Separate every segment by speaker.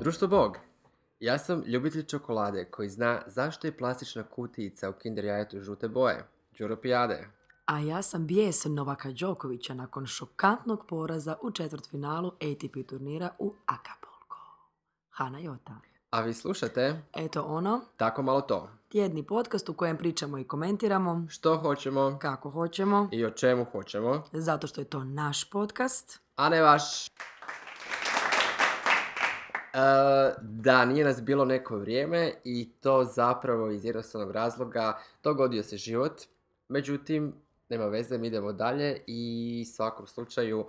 Speaker 1: Društvo Bog. Ja sam ljubitelj čokolade koji zna zašto je plastična kutijica u kinder jajetu žute boje. Đuropijade.
Speaker 2: A ja sam bijesen Novaka Đokovića nakon šokantnog poraza u četvrtfinalu ATP turnira u Acapulco. Hana Jota.
Speaker 1: A vi slušate
Speaker 2: Eto ono,
Speaker 1: Tako malo to.
Speaker 2: tjedni podcast u kojem pričamo i komentiramo
Speaker 1: Što hoćemo
Speaker 2: kako hoćemo,
Speaker 1: i o čemu hoćemo,
Speaker 2: zato što je to naš podcast.
Speaker 1: a ne vaš. E, da, nije nas bilo neko vrijeme i to zapravo iz jednostavnog razloga dogodio se život. Međutim, nema veze, mi idemo dalje i svakom slučaju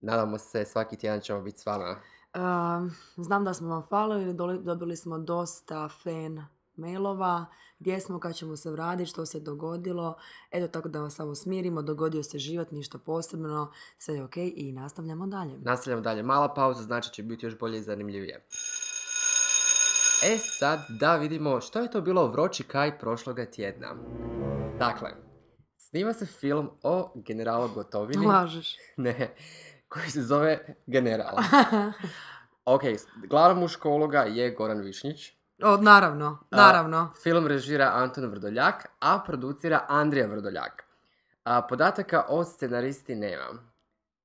Speaker 1: nadamo se svaki tjedan ćemo biti s vama.
Speaker 2: Um, znam da smo vam falili, doli- dobili smo dosta fan mailova, gdje smo, kad ćemo se vratiti, što se dogodilo. Eto tako da vas samo smirimo, dogodio se život, ništa posebno, sve je ok i nastavljamo dalje.
Speaker 1: Nastavljamo dalje. Mala pauza znači će biti još bolje i zanimljivije. E sad da vidimo što je to bilo vroči kaj prošloga tjedna. Dakle, snima se film o generalu Gotovini.
Speaker 2: Lažeš.
Speaker 1: Ne, koji se zove Generala. Ok, glavna muška uloga je Goran Višnjić.
Speaker 2: o, naravno, naravno.
Speaker 1: Film režira Anton Vrdoljak, a producira Andrija Vrdoljak. A, podataka o scenaristi nemam.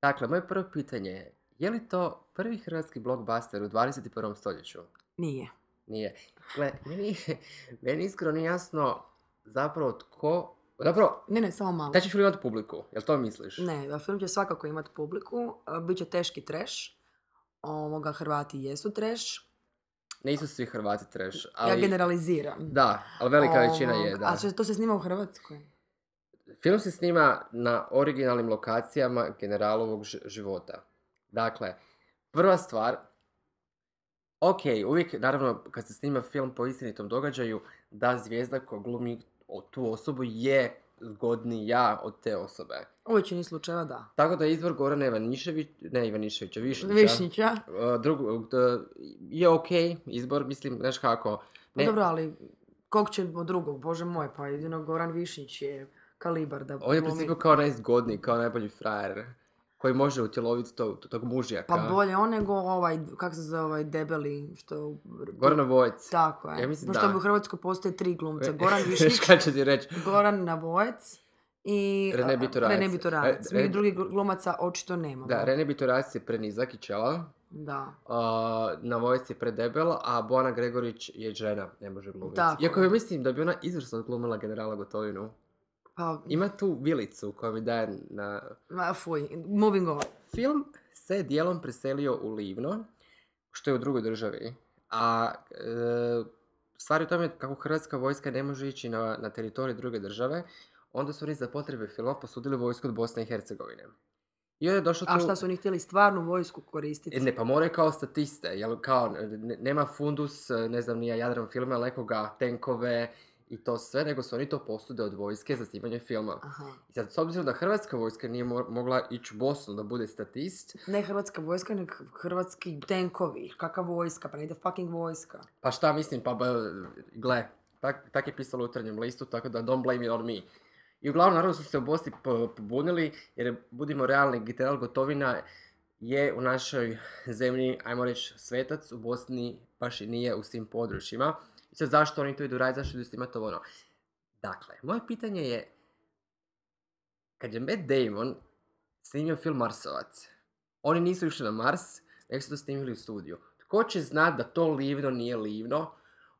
Speaker 1: Dakle, moje prvo pitanje je, je li to prvi hrvatski blockbuster u 21. stoljeću?
Speaker 2: Nije.
Speaker 1: Nije. Gle, meni, meni iskreno nije jasno zapravo tko... Zapravo,
Speaker 2: Ne, ne, samo malo.
Speaker 1: taj će film imati publiku, jel to misliš?
Speaker 2: Ne, a film će svakako imati publiku, a, bit će teški trash. Ovoga, Hrvati jesu trash.
Speaker 1: Nisu svi Hrvati trash, ali...
Speaker 2: Ja generaliziram.
Speaker 1: Da, ali velika većina je,
Speaker 2: Ovog,
Speaker 1: da.
Speaker 2: A će- to se snima u Hrvatskoj?
Speaker 1: Film se snima na originalnim lokacijama generalovog ž- života. Dakle, prva stvar, ok, uvijek, naravno, kad se snima film po istinitom događaju, da zvijezda koja glumi o- tu osobu je zgodnija od te osobe.
Speaker 2: U većini slučajeva da.
Speaker 1: Tako da je izvor Gorana Ivanišević, ne Ivaniševića, Višnjića,
Speaker 2: Višnjića.
Speaker 1: e, drugo- e, je ok izbor, mislim, znaš kako.
Speaker 2: Ne. Pa Dobro, ali kog će od drugog, bože moj, pa jedino Goran Višnjić je kalibar da
Speaker 1: On je u
Speaker 2: glumi.
Speaker 1: principu kao najzgodniji, kao najbolji frajer koji može utjeloviti to, tog mužjaka.
Speaker 2: Pa bolje on nego ovaj, kako se zove ovaj debeli, što...
Speaker 1: Goran Vojec.
Speaker 2: Tako je.
Speaker 1: Ja mislim
Speaker 2: Pošto
Speaker 1: da. E.
Speaker 2: u Hrvatskoj postoje tri glumca. Goran
Speaker 1: Viš
Speaker 2: Višnjić,
Speaker 1: kad ću ti reći?
Speaker 2: Goran Nabojec i
Speaker 1: Rene
Speaker 2: a,
Speaker 1: Bitorajac.
Speaker 2: Rene Bitorajac.
Speaker 1: E,
Speaker 2: Mi
Speaker 1: Rene-
Speaker 2: drugih glu- glumaca očito nemamo.
Speaker 1: Da, Rene Bitorac je prenizak i čela,
Speaker 2: Da.
Speaker 1: uh, na Vojec je predebel, a Bojana Gregorić je žena, ne može glumiti.
Speaker 2: Tako
Speaker 1: Iako
Speaker 2: je.
Speaker 1: joj mislim da bi ona izvrsno glumila generala Gotovinu.
Speaker 2: Pa,
Speaker 1: Ima tu vilicu koja mi daje na...
Speaker 2: ma, fuj, moving on.
Speaker 1: Film se dijelom preselio u Livno, što je u drugoj državi. A e, stvar je u tome kako hrvatska vojska ne može ići na, na teritorij druge države, onda su oni za potrebe filma posudili vojsku od Bosne i Hercegovine. I onda je došlo
Speaker 2: A
Speaker 1: tu-
Speaker 2: šta su oni htjeli stvarnu vojsku koristiti?
Speaker 1: E, Ne, pa moraju kao statiste, jel kao, ne- nema fundus, e, ne znam, nije Jadran filma, lekoga, tenkove i to sve, nego su oni to posude od vojske za snimanje filma.
Speaker 2: Aha.
Speaker 1: I sad, s obzirom da hrvatska vojska nije mo- mogla ići u Bosnu da bude statist,
Speaker 2: Ne hrvatska vojska, nego hrvatski tenkovi. Kaka vojska, pa ne ide fucking vojska.
Speaker 1: pa šta mislim, pa b- gle, tak, tak je pisalo u jutarnjem listu, tako da don't blame it on me. I uglavnom, naravno su se u Bosni po- pobunili, jer budimo realni, general Gotovina je u našoj zemlji, ajmo reći, svetac, u Bosni baš i nije u svim područjima. I sad zašto oni to idu raditi, zašto idu snimati ovo ono. Dakle, moje pitanje je, kad je Matt Damon snimio film Marsovac, oni nisu išli na Mars, nego su to snimili u studiju. Tko će znat da to livno nije livno,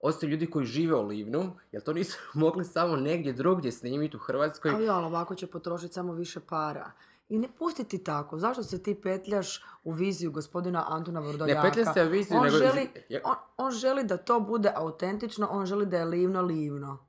Speaker 1: osim ljudi koji žive u livnu, jer to nisu mogli samo negdje drugdje snimiti u Hrvatskoj.
Speaker 2: Ali jel, ovako će potrošiti samo više para. I ne pustiti tako. Zašto se ti petljaš u viziju gospodina Antuna
Speaker 1: Ne
Speaker 2: Vrdoljaka?
Speaker 1: petlja se u viziju,
Speaker 2: On
Speaker 1: nego...
Speaker 2: želi-
Speaker 1: Ja-
Speaker 2: on, on želi da to bude autentično, on želi da je livno livno.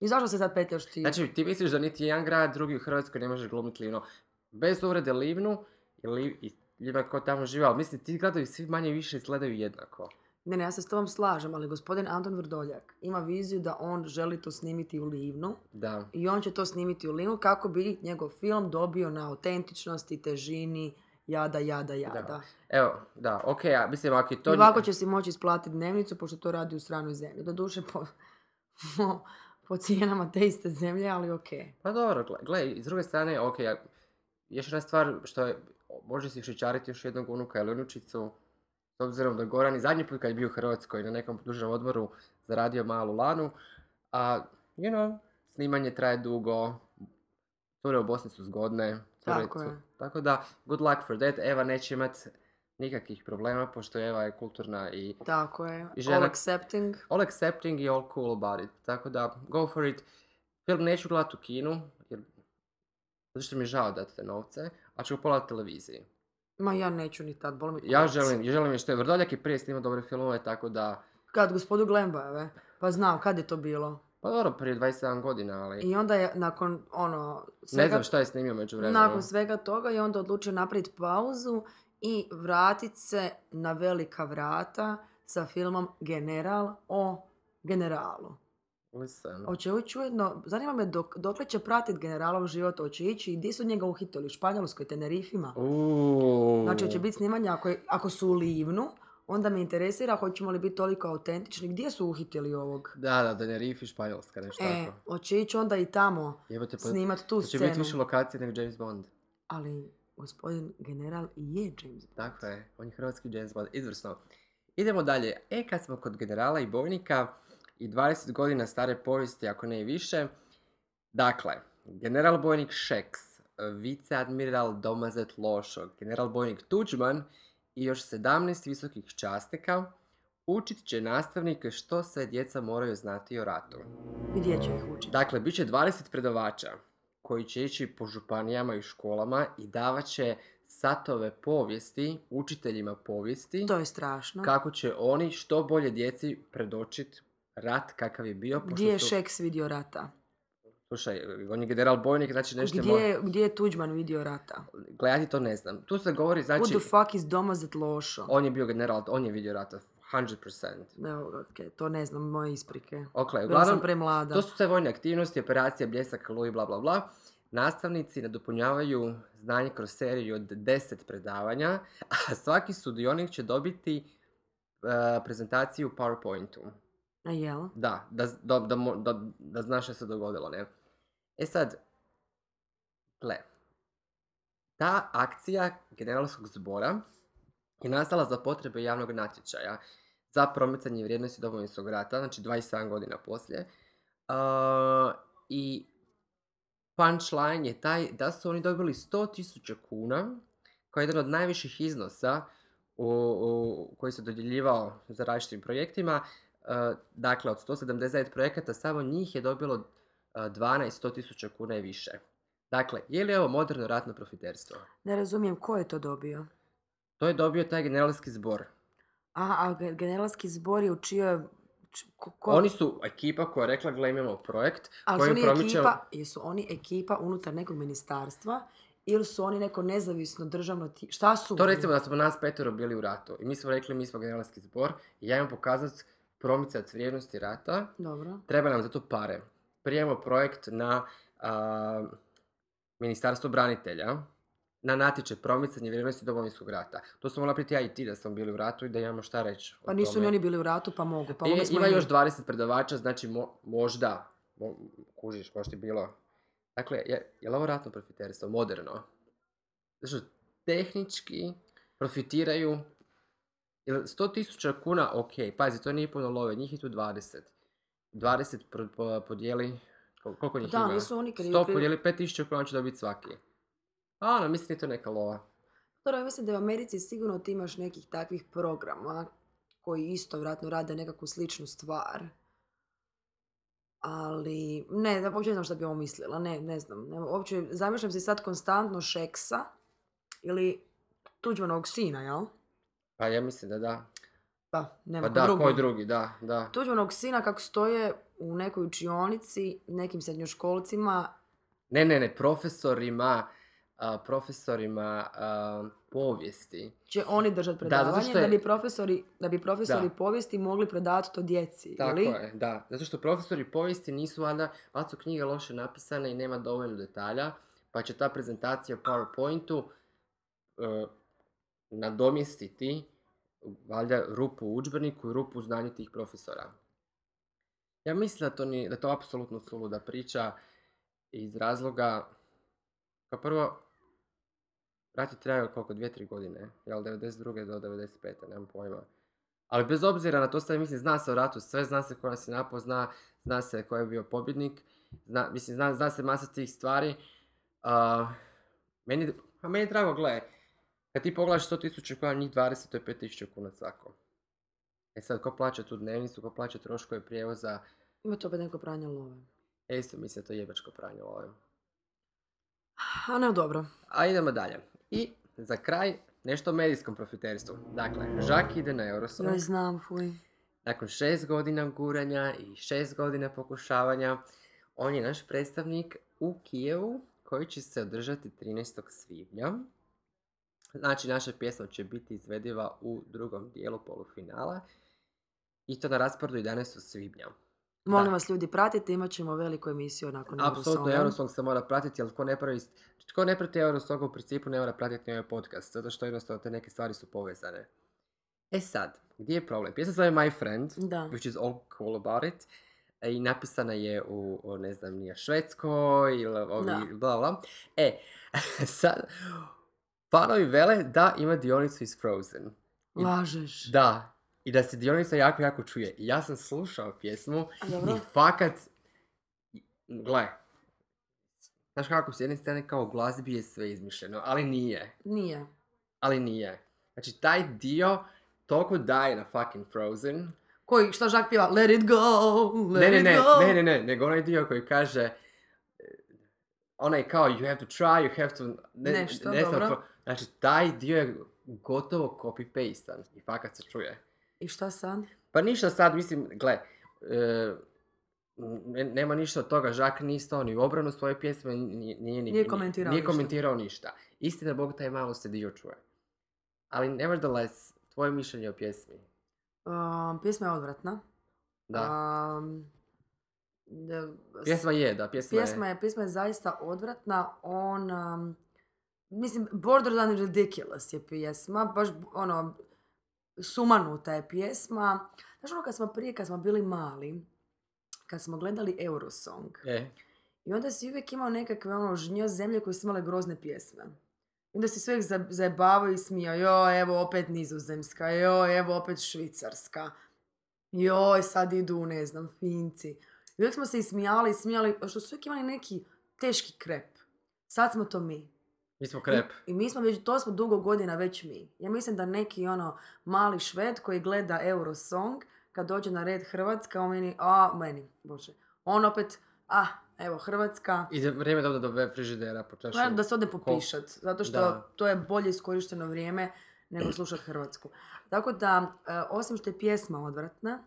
Speaker 2: I zašto se sad petljaš ti?
Speaker 1: Znači, ti misliš da niti jedan grad drugi u Hrvatskoj ne može glumiti livno. Bez uvrede livnu i, li, i ljudima ko tamo žive, ali mislim ti gradovi svi manje više izgledaju jednako.
Speaker 2: Ne, ne, ja se s tobom slažem, ali gospodin Anton Vrdoljak ima viziju da on želi to snimiti u livnu
Speaker 1: Da.
Speaker 2: i on će to snimiti u livnu kako bi njegov film dobio na autentičnosti, težini, jada, jada, jada.
Speaker 1: Da. Evo, da, okej, a mislim ako je to...
Speaker 2: I ovako će si moći isplatiti dnevnicu pošto to radi u stranoj zemlji. Doduše po, po, po cijenama te iste zemlje, ali ok.
Speaker 1: Pa dobro, gle, gle, i s druge strane, ok, ja, još jedna stvar što je, može si šičariti još jednog unuka ili unučicu, S obzirom da Goran i zadnji put kad je bio u Hrvatskoj na nekom dužem odmoru zaradio malu lanu, a, you know, snimanje traje dugo, cure u Bosni su zgodne, cure
Speaker 2: Tako
Speaker 1: su-
Speaker 2: je.
Speaker 1: tako da, good luck for that, Eva neće imat nikakvih problema, pošto Eva je kulturna i
Speaker 2: Tako je.
Speaker 1: I žena-
Speaker 2: All accepting.
Speaker 1: all accepting i all cool about it. Tako da, go for it. Film neću gledati u kinu, jer... Zato što mi je žao dati te novce, a ću pogledati televiziji.
Speaker 2: Ma ja neću ni tad, boli mi
Speaker 1: Ja
Speaker 2: kurac.
Speaker 1: želim, ja želim je što je Vrdoljak i prije snimao dobre filmove, tako da...
Speaker 2: Kad, gospodu Glembajeve. Pa znam, kad je to bilo?
Speaker 1: Pa dobro, prije 27 godina, ali...
Speaker 2: I onda je nakon, ono...
Speaker 1: Ne
Speaker 2: svega-
Speaker 1: znam šta je snimio među
Speaker 2: Nakon svega toga je onda odlučio napraviti pauzu i vratit se na velika vrata sa filmom General o generalu.
Speaker 1: Listen.
Speaker 2: Hoće ući ujedno, zanima me dok, dokle će pratit generalov život, hoće ići i di su njega uhitili, u Španjolskoj, Tenerifima.
Speaker 1: Uuu.
Speaker 2: Znači, hoće biti snimanje ako, je- ako su u Livnu, onda me interesira hoćemo li biti toliko autentični, gdje su uhitili ovog?
Speaker 1: Da, da, Tenerife i Španjolska, nešto
Speaker 2: E,
Speaker 1: tako.
Speaker 2: hoće ići onda i tamo
Speaker 1: Jebote, pa...
Speaker 2: snimat tu
Speaker 1: Hoće biti
Speaker 2: scenu.
Speaker 1: više lokacije nego James Bond.
Speaker 2: Ali gospodin general i je James Bond.
Speaker 1: Tako je, on je hrvatski James Bond, izvrsno. Idemo dalje. E, kad smo kod generala i bojnika i 20 godina stare povijesti, ako ne i više. Dakle, general bojnik Šeks, viceadmiral Domazet Lošo, general bojnik Tuđman i još 17 visokih časnika učit će nastavnike što sve djeca moraju znati o ratu.
Speaker 2: Gdje će ih učiti?
Speaker 1: Dakle, bit će 20 predavača koji će ići po županijama i školama i davat će satove povijesti, učiteljima povijesti,
Speaker 2: To je strašno.
Speaker 1: kako će oni što bolje djeci predočit rat kakav je bio. pošto
Speaker 2: Gdje je
Speaker 1: su-
Speaker 2: Šeks vidio rata?
Speaker 1: Slušaj, on je general bojnik, znači nešto je
Speaker 2: Gdje,
Speaker 1: mora...
Speaker 2: je- gdje je Tuđman vidio rata?
Speaker 1: Gledati to ne znam. Tu se govori, znači,
Speaker 2: Who the fuck is Domazet Lošo?
Speaker 1: on je bio general, on je vidio rata, 100%.
Speaker 2: Evo, okej, to ne znam, moje isprike.
Speaker 1: Ok,
Speaker 2: Bila
Speaker 1: uglavnom,
Speaker 2: sam premlada.
Speaker 1: To su sve vojne aktivnosti, operacije Bljesak, Oluj, bla bla bla. Nastavnici nadopunjavaju znanje kroz seriju od 10 predavanja, a svaki sudionik će dobiti e, prezentaciju u PowerPointu.
Speaker 2: A jel?
Speaker 1: Da, da, z- da, da, mo- da, da znaš što se dogodilo, ne? E sad, gle, ta akcija generalskog zbora je nastala za potrebe javnog natječaja za promicanje vrijednosti domovinskog rata, znači 27 godina poslije. A, I punchline je taj da su oni dobili 100.000 kuna, kao jedan od najviših iznosa u, u- koji se dodjeljivao za različitim projektima. E, dakle, od 179 projekata samo njih je dobilo uh, 12.000 kuna i više. Dakle, je li ovo moderno ratno profiterstvo?
Speaker 2: Ne razumijem, ko je to dobio?
Speaker 1: To je dobio taj generalski zbor.
Speaker 2: Aha, a ge- generalski zbor je u čijoj... č- ko- ko-
Speaker 1: Oni su ekipa koja je rekla, gle imamo projekt
Speaker 2: ali su
Speaker 1: koji
Speaker 2: oni
Speaker 1: promiče...
Speaker 2: ekipa, jesu oni ekipa unutar nekog ministarstva ili su oni neko nezavisno državno ti... Šta su?
Speaker 1: To
Speaker 2: oni?
Speaker 1: recimo da smo nas petero bili u ratu i mi smo rekli mi smo generalski zbor i ja imam pokazat promicat vrijednosti rata
Speaker 2: Dobro.
Speaker 1: treba nam za to pare. Prijemo projekt na a, Ministarstvo branitelja na natječaj promicanje vrijednosti domovinskog rata. To smo napraviti ja i ti da smo bili u ratu i da imamo šta reći. o
Speaker 2: Pa nisu
Speaker 1: tome.
Speaker 2: ni oni bili u ratu, pa mogu. Pa
Speaker 1: I-
Speaker 2: mogli smo
Speaker 1: E, ima
Speaker 2: i mi.
Speaker 1: još 20 predavača, znači mo- možda, mo- kužiš, možda je bilo. Dakle, je, je li ovo ratno profiterstvo, moderno? Znači, tehnički profitiraju, jer 100 tisuća kuna, ok, pazi, to nije puno love, njih je tu 20. 20 pro- po- podijeli, kol- koliko njih
Speaker 2: Da,
Speaker 1: ima?
Speaker 2: nisu oni krivi.
Speaker 1: 100
Speaker 2: krivi-
Speaker 1: podijeli 5000 kuna će dobiti svaki. A, ono, mislim da je to neka lova.
Speaker 2: Dobro, ja mislim da je u Americi sigurno ti imaš nekih takvih programa koji isto vratno rade nekakvu sličnu stvar. Ali, ne, da, uopće ne znam šta bi ovo mislila, ne, ne znam. Ne, uopće, zamišljam si sad konstantno Šeksa ili Tuđmanovog sina, jel?
Speaker 1: Pa ja mislim da da.
Speaker 2: Pa, nema
Speaker 1: Pa
Speaker 2: ko
Speaker 1: da,
Speaker 2: drugi.
Speaker 1: koji drugi, da, da.
Speaker 2: Tuđmanovog sina kako stoje u nekoj učionici, nekim srednjoškolcima,
Speaker 1: Ne, ne, ne, profesorima, a, profesorima a, povijesti.
Speaker 2: će oni držati
Speaker 1: zato što
Speaker 2: predavanje, da,
Speaker 1: je-
Speaker 2: bi profesori, da bi profesori
Speaker 1: Da.
Speaker 2: povijesti mogli predavati to djeci,
Speaker 1: Tako
Speaker 2: ili?
Speaker 1: je, da. Zato što profesori povijesti nisu, valjda, ali su knjige loše napisane i nema dovoljno detalja, pa će ta prezentacija u PowerPointu e, nadomjestiti valjda rupu u udžbeniku i rupu u znanju tih profesora. Ja mislim da to, ni, da je to apsolutno suluda priča iz razloga, kao prvo, rat je trajao koliko, dvije, tri godine, jel, 92. do 95. nemam pojma. Ali bez obzira na to sve, mislim, zna se o ratu sve, zna se ko nas je napao, zna, zna se ko je bio pobjednik, zna, mislim, zna, zna se masa tih stvari. A, meni, a meni je drago, gle, kad ti pogledaš 100.000 kuna, njih 20, to je 5.000 kuna svako. E sad, ko plaća tu dnevnicu, ko plaća troškove prijevoza,
Speaker 2: Ima to opet neko pranje love.
Speaker 1: e isto mislim da je to je jebačko pranje love.
Speaker 2: A ne, dobro.
Speaker 1: A idemo dalje. I za kraj, nešto o medijskom profiterstvu. Dakle, Žak ide na Eurosong.
Speaker 2: Ja znam, fuj.
Speaker 1: Nakon šest godina guranja i šest godina pokušavanja, on je naš predstavnik u Kijevu koji će se održati 13. svibnja. Znači, naša pjesma će biti izvediva u drugom dijelu polufinala i to na rasporedu 11. svibnja.
Speaker 2: Molim
Speaker 1: Da.
Speaker 2: vas ljudi, pratite, imat ćemo veliku emisiju nakon
Speaker 1: Apsolutno,
Speaker 2: Eurosonga.
Speaker 1: Eurosong se mora pratiti, ali tko ne, pravi, znači, tko ne prati Eurosong u principu ne mora pratiti ni ovaj podcast, zato što jednostavno te neke stvari su povezane. E sad, gdje je problem? Pjesma se zove My Friend,
Speaker 2: Da.
Speaker 1: which is all cool about it. E, I napisana je u, o, ne znam, nije Švedskoj ili ovi,
Speaker 2: Da.
Speaker 1: bla bla. E, sad, fanovi vele da ima dionicu iz Frozen. I-
Speaker 2: Lažeš.
Speaker 1: Da, i da se dionica jako, jako čuje. I ja sam slušao pjesmu
Speaker 2: A
Speaker 1: i
Speaker 2: dobro?
Speaker 1: fakat, gle, znaš kako, s jedne strane kao u glazbi je sve izmišljeno, ali nije,
Speaker 2: Nije.
Speaker 1: ali nije. Znači, taj dio toliko daje na fucking Frozen,
Speaker 2: Koji, šta Žak pjeva? Let it go, let
Speaker 1: Ne, ne,
Speaker 2: it
Speaker 1: ne,
Speaker 2: go.
Speaker 1: ne, ne, ne, nego onaj dio koji kaže eh, onaj kao you have to try, you have to... Ne,
Speaker 2: Nešto,
Speaker 1: ne znam,
Speaker 2: dobro.
Speaker 1: fo- znači, taj dio je gotovo copy-pastan i fakat se čuje.
Speaker 2: I šta sad?
Speaker 1: Pa ništa sad, mislim, gle, eh, ne- nema ništa od toga, Žak nije stao ni u obranu svoje pjesme, ni- ni- nije, ni-
Speaker 2: Nije
Speaker 1: ni-
Speaker 2: komentirao
Speaker 1: nije
Speaker 2: ništa.
Speaker 1: komentirao ništa. Istina Bog, taj malo se dio čuje. Ali nevertheless, tvoje mišljenje o pjesmi.
Speaker 2: Um, pjesma je odvratna.
Speaker 1: Da,
Speaker 2: Um, da-
Speaker 1: pjesma je, da, pjesma,
Speaker 2: Pjesma je, pjesma je zaista odvratna, on, um, mislim, borderline ridiculous je pjesma, baš, ono, sumanuta je pjesma. Znaš ono kad smo prije, kad smo bili mali, kad smo gledali Eurosong,
Speaker 1: E,
Speaker 2: i onda si uvijek imao nekakve, ono, žnjo zemlje koje su imale grozne pjesme. I onda si se uvijek za- zajebavao i smijao, joj, evo opet nizozemska, joj, evo opet švicarska, joj, sad idu, ne znam, finci. I uvijek smo se ismijali, ismijali, što su uvijek imali neki teški krep. Sad smo to mi.
Speaker 1: mi smo krep.
Speaker 2: I, i mi smo već, to smo dugo godina već mi. Ja mislim da neki ono mali šved koji gleda Eurosong, kad dođe na red Hrvatska, on meni, a, meni, bože. On opet, a, evo Hrvatska,
Speaker 1: I za vrijeme da onda do web frižidera počaš.
Speaker 2: Moram da se ode popišat, zato što
Speaker 1: Da.
Speaker 2: to je bolje iskorišteno vrijeme nego slušat Hrvatsku. Tako da, e, osim što je pjesma odvratna,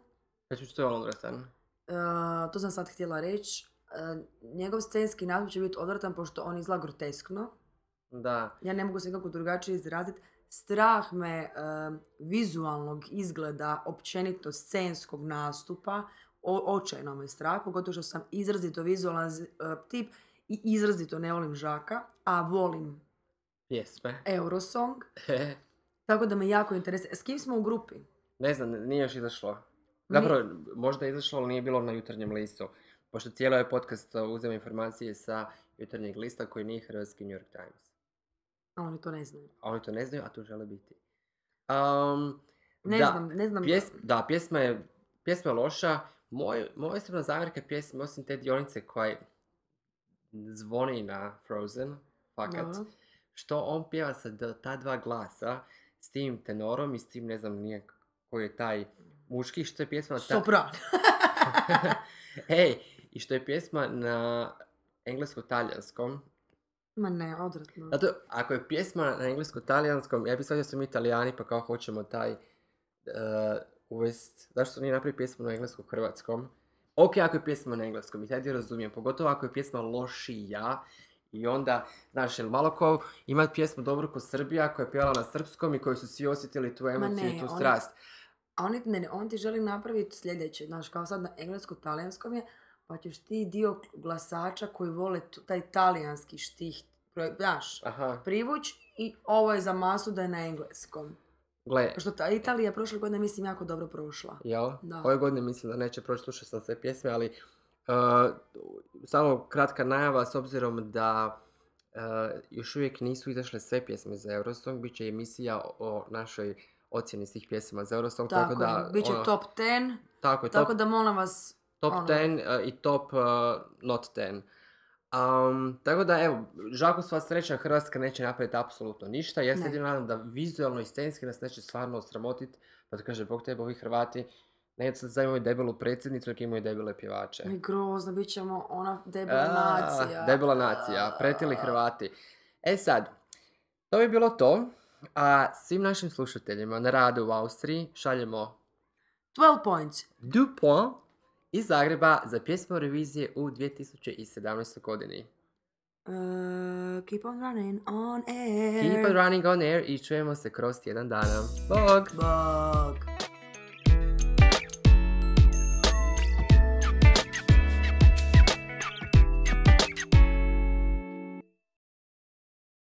Speaker 1: Znači što je on odvratan.
Speaker 2: e, to sam sad htjela reći, e, njegov scenski nastup će biti odvratan pošto on izgleda groteskno.
Speaker 1: Da.
Speaker 2: Ja ne mogu se nikako drugačije izraziti. Strah me e, vizualnog izgleda, općenito scenskog nastupa, o, očajno me strah, pogotovo što sam izrazito vizualan z- e, tip i izrazito ne volim žaka, a volim
Speaker 1: Pjesme.
Speaker 2: Eurosong. Tako da me jako interesira. S kim smo u grupi?
Speaker 1: ne znam, nije još izašlo. Zapravo, možda je izašlo, ali nije bilo na jutarnjem listu. Pošto cijelo je podcast uh, uzeo informacije sa jutarnjeg lista koji nije hrvatski New York Times.
Speaker 2: A oni to ne znaju.
Speaker 1: A oni to ne znaju, a to žele biti. Um,
Speaker 2: Ne
Speaker 1: da,
Speaker 2: znam, ne znam.
Speaker 1: pjes- da, pjesma je, pjesma je loša. Moj, moja osobna zamjerka pjesme, osim te dionice koja zvoni na Frozen, fakat,
Speaker 2: Dobro.
Speaker 1: što on pjeva sa d- ta dva glasa, s tim tenorom i s tim, ne znam, nije k- koji je taj muški, što je pjesma... Ta...
Speaker 2: Sopran.
Speaker 1: Ej, i što je pjesma na englesko-talijanskom.
Speaker 2: Ma ne, odvratno.
Speaker 1: Zato, ako je pjesma na englesko-talijanskom, ja bih sad da su mi italijani, pa kao hoćemo taj eh, uvest... Zašto nije napravio pjesmu na englesko-hrvatskom? Ok, ako je pjesma na engleskom, i taj dio razumijem, pogotovo ako je pjesma lošija, i onda, znaš, jel malo ko ima pjesmu dobru ko Srbija koja je pjevala na srpskom i koju su svi osjetili tu emociju
Speaker 2: ne,
Speaker 1: i tu
Speaker 2: oni-
Speaker 1: strast.
Speaker 2: A oni, ne, ne, on ti želi napraviti sljedeće. Znaš, kao sad na englesko talijanskom je, pa ćeš ti dio glasača koji vole tu- taj talijanski štih, pro- znaš,
Speaker 1: Aha,
Speaker 2: privuć i ovo je za masu da je na engleskom.
Speaker 1: gle,
Speaker 2: Pošto ta Italija je prošle godine, mislim, jako dobro prošla.
Speaker 1: jel?
Speaker 2: Da.
Speaker 1: Ove godine mislim da neće proći, slušao sam e, sve pjesme, ali uh, samo kratka najava s obzirom da E, još uvijek nisu izašle sve pjesme za Eurosong, bit će emisija o našoj ocjeni svih pjesama za Eurosong, tako,
Speaker 2: Tako,
Speaker 1: da...
Speaker 2: je, bit će
Speaker 1: ono,
Speaker 2: top 10,
Speaker 1: Tako je, top,
Speaker 2: tako da molim vas,
Speaker 1: top
Speaker 2: ono.
Speaker 1: 10 e, i top e, not 10. Um, tako da, evo, žako sva sreća, Hrvatska neće napraviti apsolutno ništa. Ja se
Speaker 2: Ne.
Speaker 1: jedino nadam da vizualno i scenski nas neće stvarno osramotiti. Pa da kaže, bog tebe, ovi Hrvati, ne sad zajmaju debelu predsjednicu, jer imaju debele pjevače.
Speaker 2: mi grozno, bit ćemo ona debela
Speaker 1: A,
Speaker 2: nacija.
Speaker 1: Ah, Debela nacija, pretili
Speaker 2: A,
Speaker 1: Hrvati. E sad, to bi bilo to. A svim našim slušateljima na radu u Austriji šaljemo
Speaker 2: 12 points. Uh,
Speaker 1: du point iz Zagreba za pjesmu revizije u 2017. godini.
Speaker 2: Uh, keep on running on air.
Speaker 1: Keep on running on air i čujemo se kroz tjedan dana. Bog!
Speaker 2: Bog.